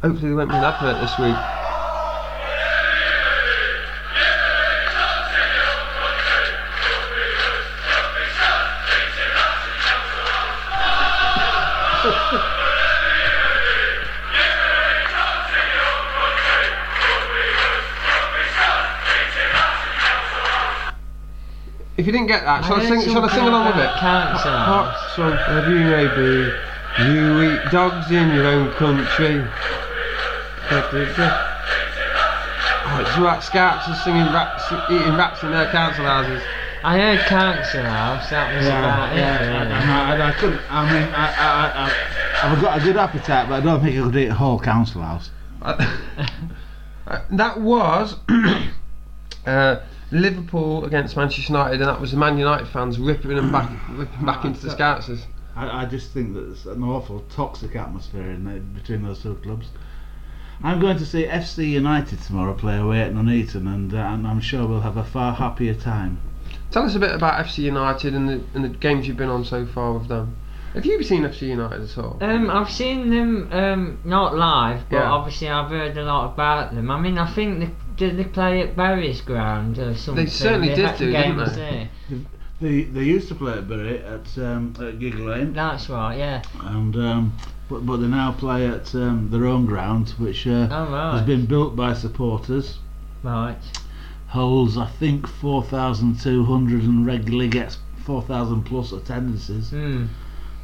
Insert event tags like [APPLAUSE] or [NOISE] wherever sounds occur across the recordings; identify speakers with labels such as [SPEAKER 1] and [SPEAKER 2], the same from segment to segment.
[SPEAKER 1] Hopefully, there won't be an advert this week. If you didn't get that, shall I, sing, shall I sing along with it?
[SPEAKER 2] Can't sound.
[SPEAKER 1] Hearts of wherever you may be, you eat dogs in your own country. Oh, it's rat scouts are singing rats, eating rats in their council houses.
[SPEAKER 2] I heard Cancer House, that was about it. really.
[SPEAKER 3] I, I, I, I couldn't. I mean, I, I, I, I, I've got a good appetite, but I don't think I could eat a whole council house.
[SPEAKER 1] Uh, that was [CLEARS THROAT] uh, Liverpool against Manchester United, and that was the Man United fans ripping them back, ripping back into the Scousers.
[SPEAKER 3] I, I just think that it's an awful toxic atmosphere in there between those two clubs. I'm going to see FC United tomorrow play away at Nuneaton, and uh, I'm, I'm sure we'll have a far happier time.
[SPEAKER 1] Tell us a bit about FC United and the, and the games you've been on so far with them. Have you seen FC United at all?
[SPEAKER 2] Um, I've seen them um, not live, but
[SPEAKER 1] Yeah.
[SPEAKER 2] obviously I've heard a lot about them. I mean, I think they, did they play at Barry's Ground or something?
[SPEAKER 1] certainly did
[SPEAKER 2] had
[SPEAKER 1] do, didn't
[SPEAKER 2] games
[SPEAKER 1] they?
[SPEAKER 2] there.
[SPEAKER 3] They they used to play at Bury at um, at Gig Lane,
[SPEAKER 2] That's right, yeah.
[SPEAKER 3] and um, but but they now play at um, their own ground, which uh,
[SPEAKER 2] Oh,
[SPEAKER 3] has
[SPEAKER 2] right.
[SPEAKER 3] been built by supporters.
[SPEAKER 2] Right.
[SPEAKER 3] Holds I think 4,200 and regularly gets 4,000 plus attendances.
[SPEAKER 2] Hmm.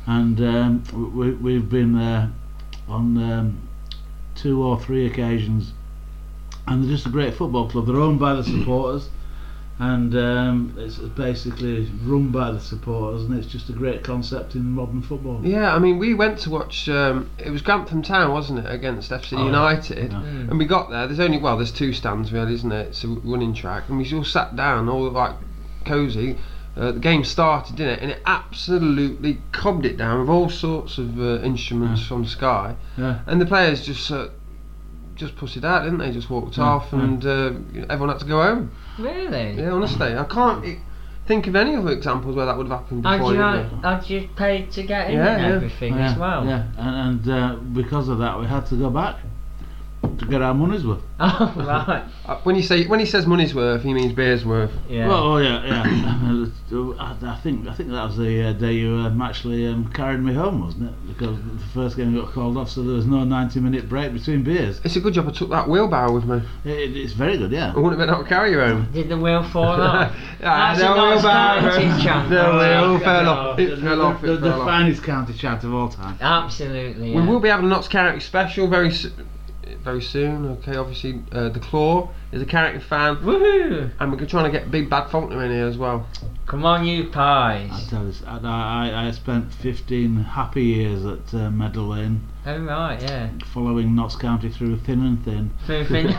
[SPEAKER 3] and um, w- we, we've been there on um, two or three occasions. And they're just a great football club. They're owned by the supporters, and um, it's basically run by the supporters, and it's just a great concept in modern football.
[SPEAKER 1] Yeah, I mean, we went to watch. Um, it was Grantham Town, wasn't it, against FC
[SPEAKER 3] Oh,
[SPEAKER 1] United?
[SPEAKER 3] yeah.
[SPEAKER 2] Mm.
[SPEAKER 1] And we got there. There's only well, there's two stands really, isn't it? It's a running track, and we all sat down, all like cosy. Uh, the game started, didn't it? And it absolutely cobbed it down with all sorts of uh, instruments from Sky,
[SPEAKER 3] Yeah.
[SPEAKER 1] and the players just. Uh, just pussied out, didn't they? Just walked off,
[SPEAKER 3] yeah.
[SPEAKER 1] and uh, everyone had to go home.
[SPEAKER 2] Really?
[SPEAKER 1] Yeah, honestly, I can't i- think of any other examples where that would have happened
[SPEAKER 2] Had
[SPEAKER 1] before.
[SPEAKER 2] you,
[SPEAKER 1] didn't
[SPEAKER 2] had, had you paid to get in
[SPEAKER 1] Yeah,
[SPEAKER 2] and
[SPEAKER 1] yeah.
[SPEAKER 2] everything
[SPEAKER 3] yeah,
[SPEAKER 2] as well?
[SPEAKER 3] Yeah, and, and uh, because of that, we had to go back to get our money's worth.
[SPEAKER 2] [LAUGHS] Oh,
[SPEAKER 1] [LAUGHS]
[SPEAKER 2] right.
[SPEAKER 1] they? Uh, when you say when he says money's worth, he means beer's worth.
[SPEAKER 2] Yeah.
[SPEAKER 3] Well, oh yeah, yeah. [CLEARS THROAT] I, I think I think that was the uh, day you um, actually um, carried me home, wasn't it? Because the first game got called off, so there was no 90-minute break between beers.
[SPEAKER 1] It's a good job I took that wheelbarrow with me.
[SPEAKER 3] It, it's very good, yeah.
[SPEAKER 1] I wouldn't have been able to carry you home.
[SPEAKER 2] did the wheel
[SPEAKER 1] [LAUGHS]
[SPEAKER 2] fall off?
[SPEAKER 1] Ah,
[SPEAKER 2] Oh, That's
[SPEAKER 1] the
[SPEAKER 2] a nice
[SPEAKER 1] wheelbarrow. [LAUGHS]
[SPEAKER 2] vantage, John.
[SPEAKER 1] The
[SPEAKER 2] Oh,
[SPEAKER 1] wheel
[SPEAKER 2] yeah.
[SPEAKER 1] fell off.
[SPEAKER 3] The,
[SPEAKER 1] It
[SPEAKER 3] the,
[SPEAKER 1] fell off.
[SPEAKER 3] the-
[SPEAKER 1] It
[SPEAKER 3] the
[SPEAKER 1] fell off.
[SPEAKER 3] finest county chant of all time.
[SPEAKER 2] Absolutely.
[SPEAKER 1] We
[SPEAKER 2] yeah.
[SPEAKER 1] will be having a Notts County special very s- very soon. Okay, obviously uh, the Claw is a County fan,
[SPEAKER 2] Woohoo!
[SPEAKER 1] and we're trying to get Big Bad Faulkner in here as well.
[SPEAKER 2] Come on, you
[SPEAKER 3] I
[SPEAKER 2] pies.
[SPEAKER 3] tell you, I, I, I spent 15 happy years at uh, Meadow Lane,
[SPEAKER 2] Oh, right, yeah. [LAUGHS]
[SPEAKER 3] following Notts County through thin and thin.
[SPEAKER 2] Foo fin-